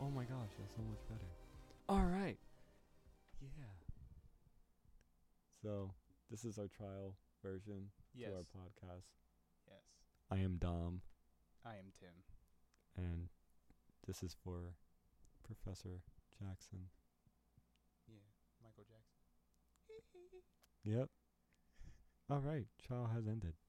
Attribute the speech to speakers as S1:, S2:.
S1: Oh my gosh, that's so much better. All right. Yeah. So this is our trial version to our
S2: Yes.
S1: podcast.
S2: Yes.
S1: I am Dom,
S2: I am Tim.
S1: and this is for Professor Jackson.
S2: Yeah. Michael Jackson.
S1: Yep. All right. Trial has ended.